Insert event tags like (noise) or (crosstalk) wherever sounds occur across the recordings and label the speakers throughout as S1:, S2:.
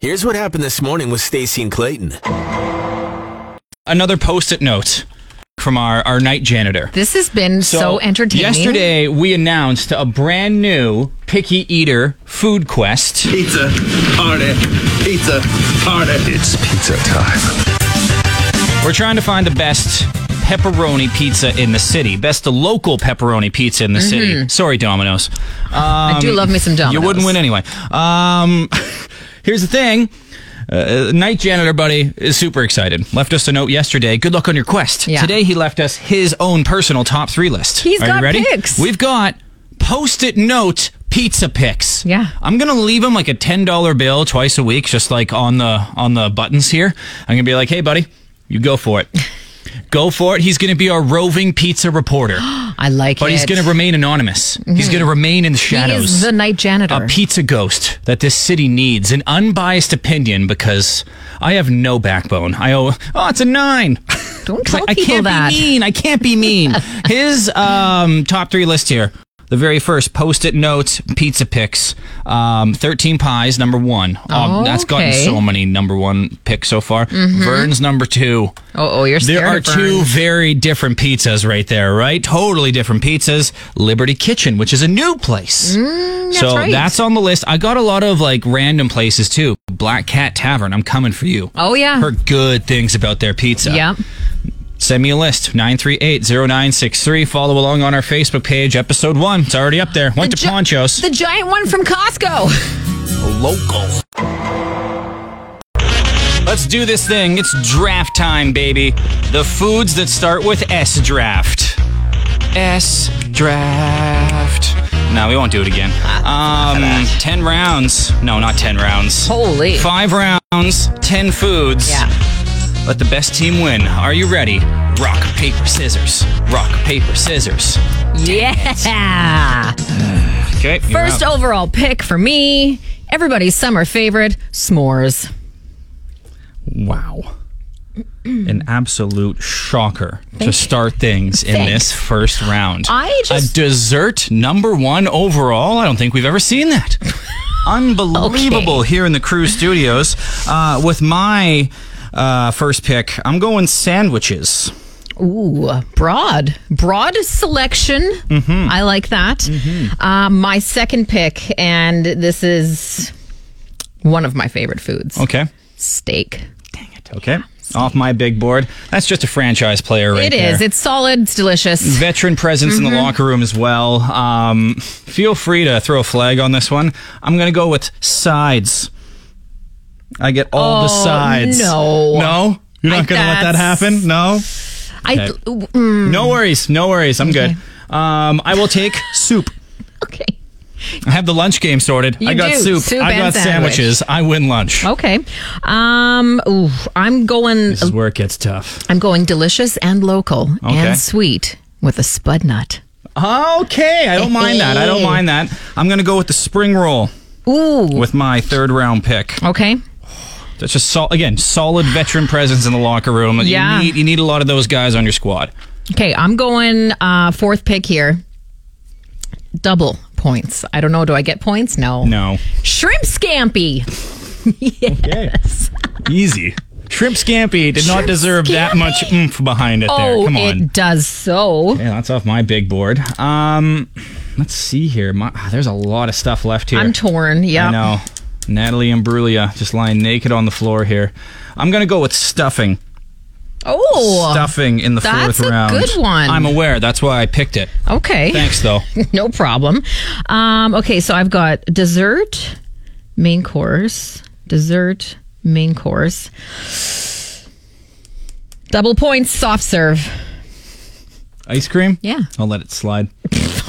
S1: Here's what happened this morning with Stacy and Clayton.
S2: another post-it note from our, our night janitor.
S3: This has been so, entertaining.
S2: Yesterday, we announced a brand new picky eater food quest.
S4: Pizza party. Pizza party. It's pizza time.
S2: We're trying to find the best pepperoni pizza in the city, best local pepperoni pizza in the
S3: Mm-hmm.
S2: city. Sorry, Domino's.
S3: I do love me some Domino's.
S2: um, You wouldn't win anyway. Um, (laughs) here's the thing. Uh, night janitor buddy is super excited. Left us a note yesterday. Good luck on your quest.
S3: Yeah.
S2: Today he left us his own personal top three list.
S3: He's
S2: Are
S3: got
S2: you ready?
S3: picks.
S2: We've got post-it note pizza picks.
S3: Yeah.
S2: I'm gonna leave him like a ten dollar bill twice a week, just like on the on the buttons here. I'm gonna be like, hey buddy, you go for
S3: (laughs)
S2: it. Go for it. He's going to be our roving pizza
S3: (gasps)
S2: reporter,
S3: I like
S2: but
S3: it.
S2: he's going to remain anonymous. He's going to remain in the
S3: Mm-hmm. He
S2: shadows
S3: is the night janitor.
S2: a pizza ghost that this city needs an unbiased opinion because I have no backbone. I owe oh, it's a nine.
S3: Don't tell
S2: I
S3: people
S2: can't
S3: that.
S2: be mean. I can't be
S3: (laughs)
S2: mean. His um, top three list here. The very first post-it notes, pizza picks, um, thirteen pies, number one. Um, That's gotten
S3: Okay. Mm-hmm.
S2: so many number one picks so far. Vern's number two.
S3: Oh, oh, you're scared
S2: There are
S3: of Vern.
S2: two very different pizzas right there, right? Totally different pizzas. Liberty Kitchen, which is a new place. so
S3: right.
S2: that's on the list. I got a lot of like random places too. Black Cat Tavern, I'm coming for you.
S3: Oh yeah.
S2: Heard good things about their pizza.
S3: Yep.
S2: Send me a list 9380963. Follow along on our Facebook page, episode one. It's already up there. Went
S3: The
S2: to
S3: gi-
S2: Ponchos.
S3: The giant one from Costco.
S2: local. Let's do this thing. It's draft time, baby. The foods that start with S draft. S draft. No, we won't do it again. Um, 10 rounds. No, not 10 rounds.
S3: Holy.
S2: Five rounds, 10 foods.
S3: Yeah.
S2: Let the best team win. Are you ready? Rock, paper, scissors. Rock, paper, scissors.
S3: (laughs) Yeah.
S2: Okay. you're
S3: First
S2: up.
S3: overall pick for me. Everybody's summer favorite, s'mores.
S2: Wow. An absolute shocker to
S3: you.
S2: start things in
S3: Thanks.
S2: this first round.
S3: I just-
S2: a dessert number one overall. I don't think we've ever seen
S3: (laughs)
S2: that. Unbelievable here in the Crew Studios. Uh, with my uh, first pick, I'm going sandwiches.
S3: Ooh, broad, broad selection.
S2: Mm-hmm.
S3: I like that. Uh, my second pick, and this is one of my favorite foods:
S2: Okay.
S3: steak.
S2: Okay. Off my big board. That's just a franchise player right
S3: It
S2: there. Mm-hmm.
S3: is. It's solid. It's delicious.
S2: veteran presence in
S3: Mm-hmm.
S2: the locker room as well. Um, feel free to throw a flag on this one. I'm going to go with sides. I get all the
S3: Oh,
S2: sides.
S3: no.
S2: No? You're
S3: I-
S2: not going to let that
S3: that's-
S2: happen? No?
S3: I.
S2: Okay.
S3: ooh, mm,
S2: No worries. No worries. I'm
S3: Okay.
S2: good. Um, I will take soup.
S3: okay.
S2: I have the lunch game sorted.
S3: You
S2: I got
S3: do.
S2: soup.
S3: Soup
S2: I
S3: and
S2: got
S3: sandwich. Oh.
S2: sandwiches. I win lunch.
S3: Okay. Um. Ooh, I'm going.
S2: This is where it gets tough.
S3: I'm going delicious and local
S2: Okay.
S3: and sweet with a spud nut.
S2: Okay. I don't mind that. I don't
S3: Oh.
S2: mind that. I'm going to go with the spring roll
S3: Ooh.
S2: with my third round pick.
S3: okay.
S2: That's just sol- again solid veteran presence in the locker room.
S3: Yeah.
S2: You need, you need a lot of those guys on your squad.
S3: Okay. I'm going uh, fourth pick here. Double points. I don't know. Do I get points? No.
S2: No.
S3: Shrimp scampi. (laughs)
S2: Okay. Easy. Shrimp scampi did
S3: Shrimp
S2: not deserve that
S3: scampi?
S2: much oomph behind it
S3: Oh,
S2: there. Come on.
S3: it does so.
S2: yeah, that's off my big board. Um, let's see here. My, ah, there's a lot of stuff left here.
S3: I'm torn.
S2: I
S3: Yeah.
S2: know. Natalie and Brulia just lying naked on the floor here. I'm gonna go with stuffing.
S3: Oh.
S2: stuffing in the
S3: that's
S2: fourth
S3: a
S2: round.
S3: good one.
S2: I'm aware. That's why I picked it.
S3: Okay.
S2: Thanks though.
S3: (laughs) no problem. Um, okay, so I've got dessert, main course, dessert, main course. Double points, soft serve. (laughs)
S2: Ice cream.
S3: Yeah.
S2: I'll let it slide.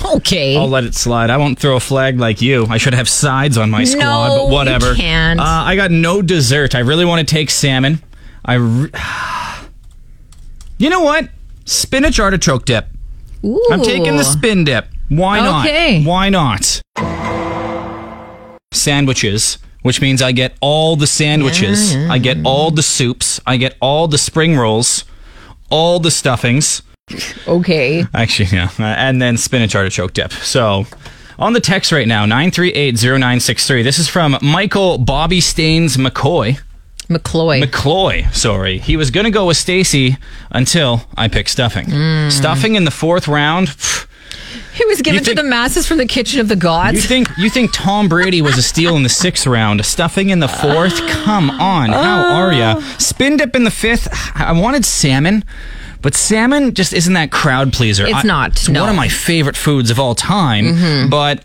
S3: Okay.
S2: I'll let it slide. I won't throw a flag like you. I should have sides on my squad,
S3: No,
S2: but
S3: you
S2: whatever.
S3: can't.
S2: Uh, I got no dessert. I really want to take salmon. I. Re- (sighs) you know what? Spinach artichoke dip.
S3: Ooh.
S2: I'm taking the spin dip. Why not?
S3: Okay.
S2: Why not? Sandwiches, which means I get all the sandwiches. I get all the soups. I get all the spring rolls, all the stuffings.
S3: Okay.
S2: Actually, yeah. Uh, and then spinach artichoke dip. So On the text right now, 9380963. This is from Michael Bobby Staines McCoy.
S3: McCloy.
S2: McCloy, sorry. He was going to go with Stacy until I picked stuffing.
S3: Mm.
S2: Stuffing in the fourth round. pff,
S3: he was given
S2: You think-
S3: to the masses from the kitchen of the gods.
S2: You think you think Tom Brady was a steal in the sixth round, stuffing in the fourth? Come on, how are ya?
S3: Oh.
S2: Spin dip in the fifth. I wanted salmon, but salmon just isn't that crowd pleaser.
S3: It's
S2: I-
S3: not,
S2: It's
S3: no. Mm-hmm.
S2: one of my favorite foods of all time. But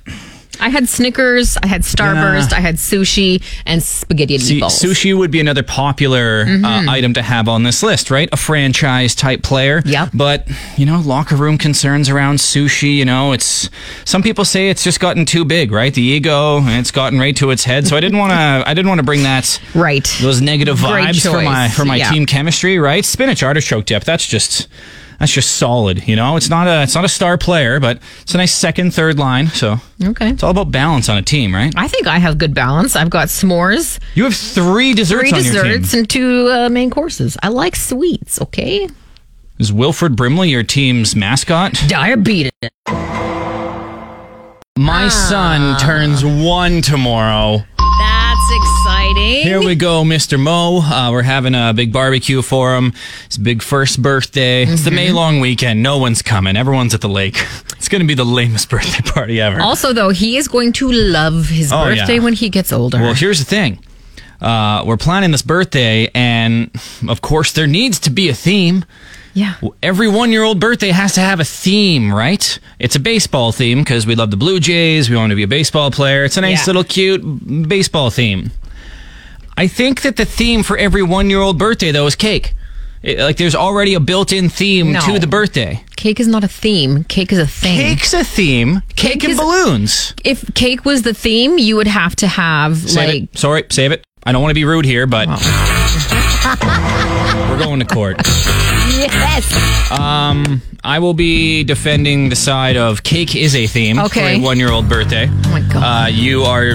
S3: I had Snickers, I had Starburst, I had sushi, and spaghetti and
S2: see,
S3: meatballs.
S2: sushi would be another popular
S3: Mm-hmm.
S2: uh, item to have on this list, right? A franchise type player.
S3: Yep.
S2: But you know, locker room concerns around sushi. You know, it's some people say it's just gotten too big, right? The ego, and it's gotten right to its head. So I didn't want to. I didn't want to bring that.
S3: Right.
S2: those negative
S3: Great
S2: vibes for my
S3: choice.
S2: for my
S3: Yeah.
S2: team chemistry, right? Spinach artichoke dip. That's just that's just solid. You know, it's not a it's not a star player, but it's a nice second third line. So
S3: Okay.
S2: it's all about balance on a team, right?
S3: I think I have good balance. I've got s'mores,
S2: You have three desserts
S3: three
S2: on your
S3: desserts,
S2: team.
S3: and two uh, main courses. I like sweets, okay?
S2: Is Wilfred Brimley your team's mascot?
S3: Diabetes.
S2: My son turns one tomorrow.
S3: That's exciting.
S2: Here we go, Mr. Mo. Uh, we're having a big barbecue for him. His big first birthday. It's the May long weekend. No one's coming. Everyone's at the lake. (laughs) It's going to be the lamest (laughs) birthday party ever.
S3: also, though, he is going to love his
S2: Oh,
S3: birthday
S2: yeah.
S3: when he gets older.
S2: Well, here's the thing. Uh, we're planning this birthday, and of course, there needs to be a theme.
S3: yeah.
S2: Every one year old birthday has to have a theme, right? It's a baseball theme because we love the Blue Jays. We want to be a baseball player. It's a nice
S3: Yeah.
S2: little cute baseball theme. I think that the theme for every one year old birthday, though, is cake. It- like, there's already a built in theme
S3: No.
S2: to the birthday.
S3: Cake is not a theme. Cake is a thing.
S2: Cake's a theme. Cake,
S3: Cake
S2: and
S3: is-
S2: balloons.
S3: If cake was the theme, you would have to have
S2: Save
S3: like
S2: it. Sorry, save it. I don't want to be rude here, but (laughs) we're going to court.
S3: yes.
S2: I will be defending the side of cake is a theme
S3: Okay.
S2: for a one-year-old birthday. Oh
S3: my God.
S2: Uh, you are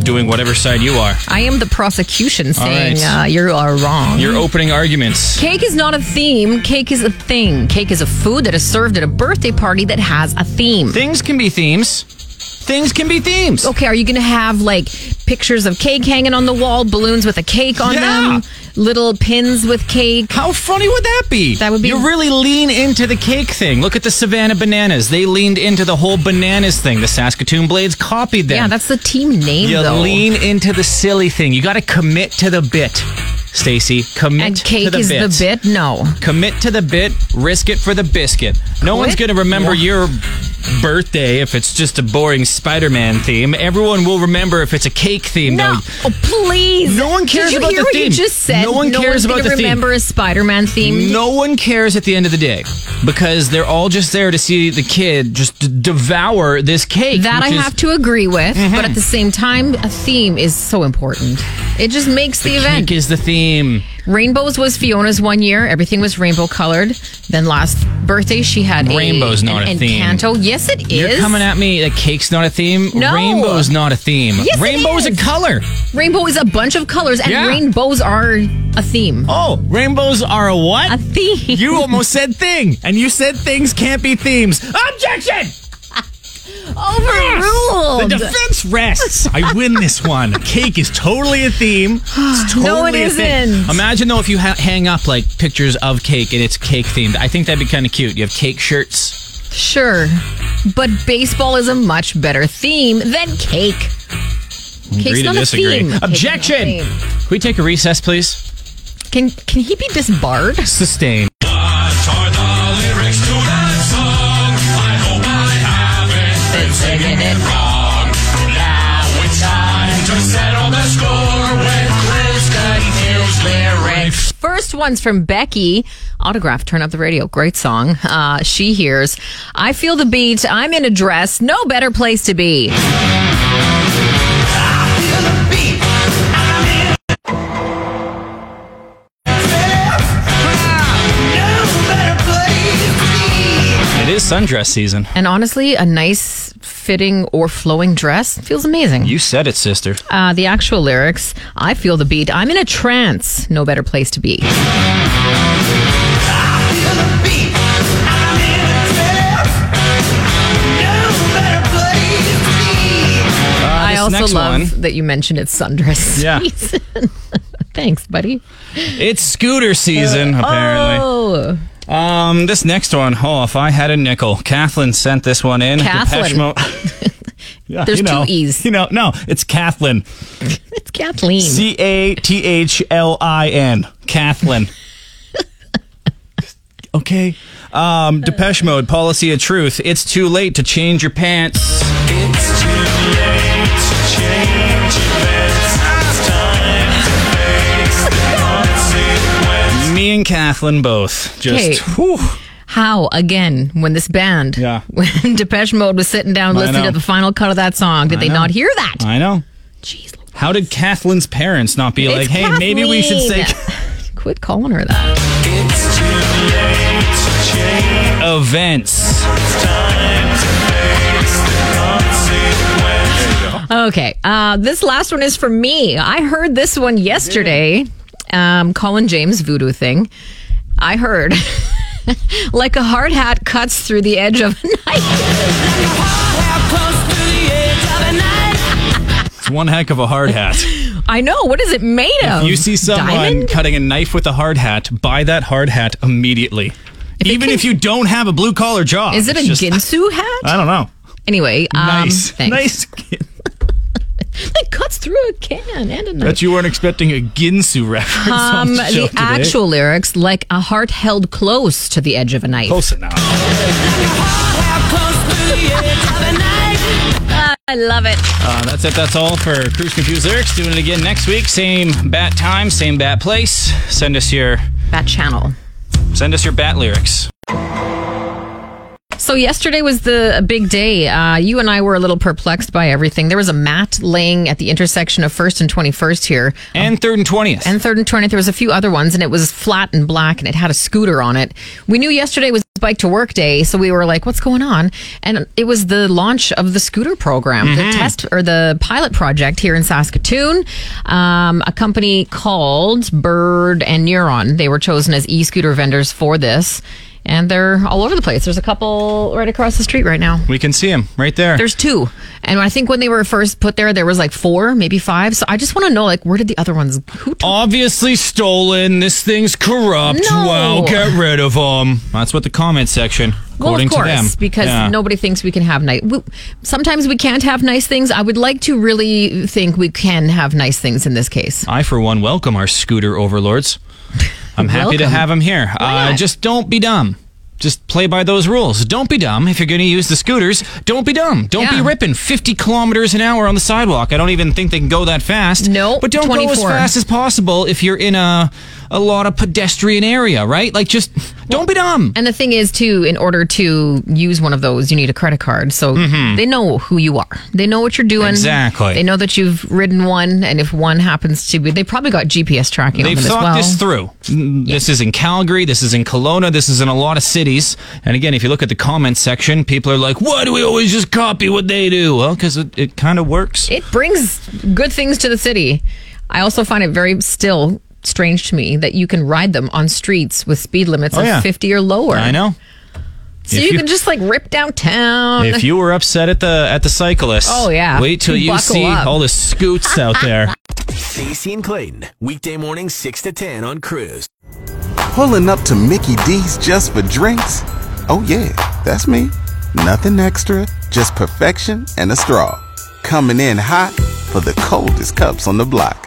S2: doing whatever side you are.
S3: I am the prosecution saying
S2: right.
S3: uh, you are wrong.
S2: You're opening arguments.
S3: Cake is not a theme. Cake is a thing. Cake is a food that is served at a birthday party that has a theme.
S2: Things can be themes. Things can be themes.
S3: Okay, are you going to have like pictures of cake hanging on the wall, balloons with a cake on
S2: Yeah.
S3: them, little pins with cake?
S2: How funny would that be?
S3: That would be-
S2: You really lean into the cake thing. Look at the Savannah Bananas. They leaned into the whole bananas thing. The Saskatoon Blades copied them.
S3: Yeah, that's the team name
S2: You
S3: though.
S2: lean into the silly thing. You got to commit to the bit, Stacy. Commit
S3: and
S2: to
S3: cake
S2: the
S3: is
S2: bit.
S3: the bit? No.
S2: Commit to the bit, risk it for the biscuit. No
S3: Quit?
S2: one's going to remember
S3: Wha-
S2: your birthday if it's just a boring Spider Man theme. Everyone will remember if it's a cake theme,
S3: No,
S2: though.
S3: oh, please.
S2: No one cares
S3: Did you
S2: about
S3: hear
S2: the
S3: what
S2: theme.
S3: you just said?
S2: No one cares
S3: one's
S2: about
S3: gonna
S2: the theme.
S3: remember a Spider-Man theme.
S2: No one cares at the end of the day because they're all just there to see the kid just d- devour this cake.
S3: That I
S2: which is- Mm-hmm.
S3: have to agree with, but at the same time, a theme is so important. It just makes the, event.
S2: Cake is the theme.
S3: Rainbows was Fiona's one year. Everything was rainbow colored. Then last birthday, she had a-
S2: Rainbow's not
S3: an
S2: a theme.
S3: Encanto. Yes, it is.
S2: You're coming at me that cake's not a theme.
S3: No.
S2: Rainbow's not a theme.
S3: Yes, it
S2: Rainbow's
S3: is.
S2: a color.
S3: Rainbow is a bunch of colors, and
S2: Yeah.
S3: rainbows are a theme.
S2: Oh, rainbows are a what?
S3: A theme.
S2: You almost said thing, and you said things can't be themes. Objection! Oh, The
S3: Overruled.
S2: defense rests. (laughs) I win this one. Cake is totally a theme. It's totally
S3: (gasps) No, it
S2: a thing.
S3: isn't.
S2: Imagine though if you ha- hang up like pictures of cake and it's cake themed. I think that'd be kind of cute. You have cake shirts.
S3: sure, but baseball is a much better theme than cake. Cake's
S2: Agree
S3: not
S2: to
S3: a
S2: disagree.
S3: theme. Cake's not a
S2: Objection.
S3: theme.
S2: Can we take a recess, please?
S3: Can can he be disbarred?
S2: Sustain.
S3: First one's from Becky. Autograph, turn up the radio. Great song. Uh, she hears, I feel the beat. I'm in a dress. No better place to be.
S2: It is sundress season.
S3: And honestly, a nice fitting or flowing dress feels amazing.
S2: You said it, sister.
S3: Uh, the actual lyrics, I feel the beat. I'm in a trance. No better place to
S2: Uh,
S3: be.
S5: beat. I'm in a trance. No better place
S3: also
S2: Uh, next
S3: love
S2: one.
S3: that you mentioned it's sundress
S2: Yeah.
S3: season. (laughs) Thanks, buddy.
S2: It's scooter season,
S3: Uh,
S2: apparently.
S3: Oh,
S2: Um, this next one, oh, if I had a nickel, Kathleen sent this one in.
S3: Kathleen.
S2: Depeche Mode-
S3: (laughs)
S2: Yeah,
S3: There's
S2: you know,
S3: two E's.
S2: You know, no, it's Kathleen.
S3: it's Kathleen.
S2: C A T H L I N.
S3: (laughs)
S2: Kathleen. okay. Um, Depeche Mode, Policy of Truth. It's too late to change your pants. Me and Kathleen both just.
S3: Hey.
S2: whew.
S3: How again? When this band,
S2: Yeah.
S3: (laughs) when Depeche Mode was sitting down
S2: I
S3: listening
S2: know.
S3: to the final cut of that song, did they
S2: know.
S3: not hear that?
S2: I know.
S3: Jeez,
S2: How did Kathleen's parents not be like,
S3: It's
S2: hey, maybe we should say
S3: Kathleen." (laughs) Quit calling her that.
S2: events?
S3: Okay, uh, this last one is for me. I heard this one yesterday. Um, Colin James voodoo thing. I heard (laughs) like a hard hat cuts through the edge of a (laughs) knife.
S2: It's one heck of a hard
S3: (laughs)
S2: hat.
S3: I know. What is it made of?
S2: you see someone
S3: Oh, Diamond?
S2: cutting a knife with a hard hat, buy that hard hat immediately. Even
S3: can-
S2: if you don't have a blue collar job.
S3: Is it a
S2: It's just- (laughs)
S3: Ginsu hat?
S2: I don't know.
S3: anyway, um,
S2: Nice.
S3: Thanks.
S2: nice.
S3: It cuts through a can and a knife.
S2: Bet you weren't expecting a Ginsu reference. (laughs) on
S3: Um,
S2: the, show
S3: the
S2: today.
S3: actual lyrics, like a heart held close to the edge of a knife.
S2: Close enough.
S3: I love it.
S2: Uh, that's it. That's all for Cruise Confused Lyrics. Doing it again next week. Same bat time, same bat place. Send us your
S3: That channel.
S2: send us your bat lyrics.
S3: So yesterday was the a big day. Uh, you and I were a little perplexed by everything. There was a mat laying at the intersection of First and Twenty First here,
S2: And third and twentieth.
S3: and Third and Twentieth. There was a few other ones, and it was flat and black, and it had a scooter on it. We knew yesterday was Bike to Work Day, so we were like, "What's going on?" And it was the launch of the scooter program, the test or the pilot project here in Saskatoon. Um, a company called Bird and Neuron. They were chosen as e-scooter vendors for this. And they're all over the place. There's a couple right across the street right now.
S2: we can see him right there.
S3: There's two. And I think when they were first put there, there was like four, maybe five. So I just want to know, like, where did the other ones? Who took
S2: obviously stolen. This thing's corrupt.
S3: No.
S2: Well, get rid of them. That's what the comment section,
S3: Well,
S2: according
S3: of course,
S2: to them,
S3: because
S2: Yeah.
S3: nobody thinks we can have nice. We, sometimes we can't have nice things. I would like to really think we can have nice things in this case.
S2: I, for one, welcome our scooter
S3: (laughs)
S2: overlords. I'm happy to
S3: Welcome.
S2: have them here. Uh,
S3: not?
S2: just don't be dumb. Just play by those rules. Don't be dumb. If you're going to use the scooters, don't be dumb. Don't
S3: Yeah.
S2: be ripping 50 kilometers an hour on the sidewalk. I don't even think they can go that fast.
S3: No,
S2: But don't go as
S3: 24.
S2: fast as possible if you're in a a lot of pedestrian area, right? Like just don't be dumb.
S3: And the thing is, too, in order to use one of those, you need a credit card. So they know who you are. They know what you're doing.
S2: Mm-hmm. Exactly.
S3: They know that you've ridden one, and if one happens to be, they probably got GPS tracking on
S2: They've
S3: them as
S2: thought
S3: well.
S2: this through. Mm, This is in Calgary. This is in Kelowna. This is in a lot of cities. And again, if you look at the comments section, people are like, "Why do we always just copy what they do?" Well, because it, it kind of works.
S3: it brings good things to the city. I also find it very still strange to me that you can ride them on streets with speed limits
S2: Oh,
S3: of
S2: yeah.
S3: 50 or lower.
S2: I know.
S3: So
S2: If
S3: you,
S2: you-
S3: can just like rip downtown.
S2: If you were upset at the at the cyclists,
S3: Oh, yeah.
S2: wait till you
S3: Buckle
S2: see
S3: up.
S2: all the scoots out
S3: (laughs)
S2: there.
S1: Stacey and Clayton, weekday morning 6 to 10 on Cruise.
S5: Pulling up to Mickey D's just for drinks? Oh, yeah, that's me. Nothing extra, just perfection and a straw. Coming in hot for the coldest cups on the block.